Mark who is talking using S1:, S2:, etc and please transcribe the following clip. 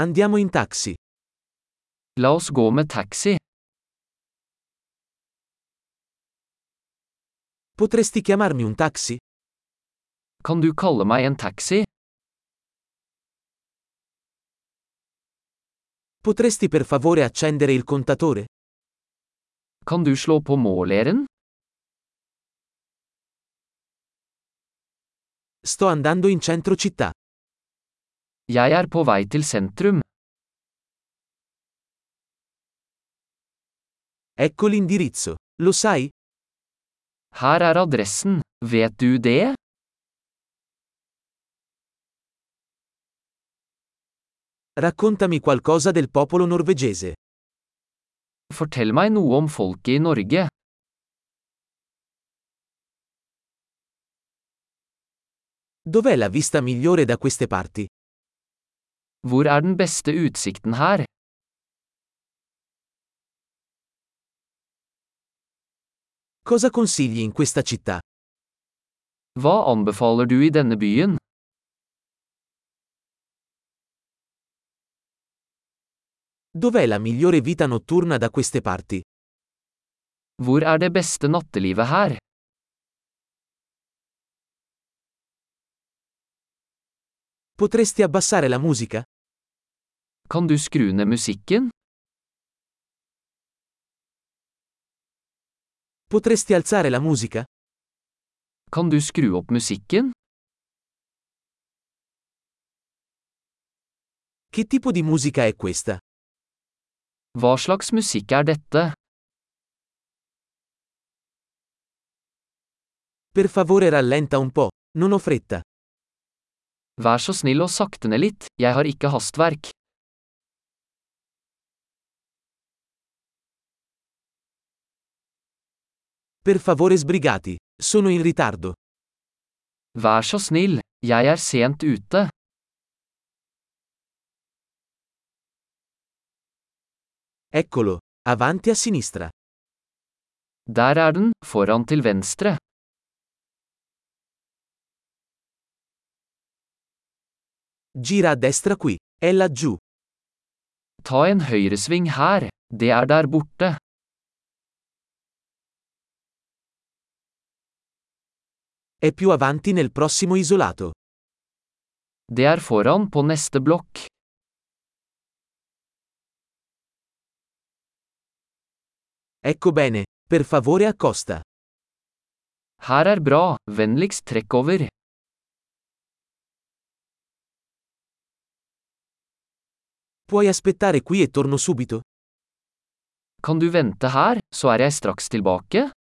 S1: Andiamo in taxi.
S2: La oss gå med taxi.
S1: Potresti chiamarmi un taxi?
S2: Kan du kalle meg en taxi?
S1: Potresti per favore accendere il contatore?
S2: Kan du slå på måleren?
S1: Sto andando in centro città.
S2: Jeg er på vei til sentrum.
S1: Ecco l'indirizzo. Lo sai?
S2: Her er adressen. Vet du det?
S1: Raccontami qualcosa del popolo norvegese.
S2: Fortell meg noe om folket i Norge.
S1: Dov'è la vista migliore da queste parti?
S2: Hvor er den beste utsikten her?
S1: Cosa consigli in questa città?
S2: Hva anbefaler du i denne byen?
S1: Dov'è la migliore vita notturna da queste parti?
S2: Hvor er det beste nattelivet her?
S1: Potresti abbassare la musica?
S2: Kan du skru ned musikken?
S1: Potresti alzare la musica?
S2: Kan du skru opp musikken?
S1: Che tipo di musica è questa?
S2: Hva slags musikk er dette?
S1: Per favore rallenta un po', non ho fretta.
S2: Vær så snill å sakte ned litt, jeg har ikke hastverk.
S1: Per favore sbrigati, sono in ritardo.
S2: Vær så snill, jeg er sent ute.
S1: Eccolo, avanti a sinistra.
S2: Der er den, foran til venstre.
S1: Gira a destra qui, è laggiù.
S2: Ta en høyresving her, det er der borte.
S1: È più avanti nel prossimo isolato.
S2: Det er foran på neste blokk.
S1: Ecco bene, per favore accosta.
S2: Her er bra, vennligst trekk over.
S1: Puoi aspettare qui e torno subito?
S2: Kan du vente her, så er jeg straks tilbake?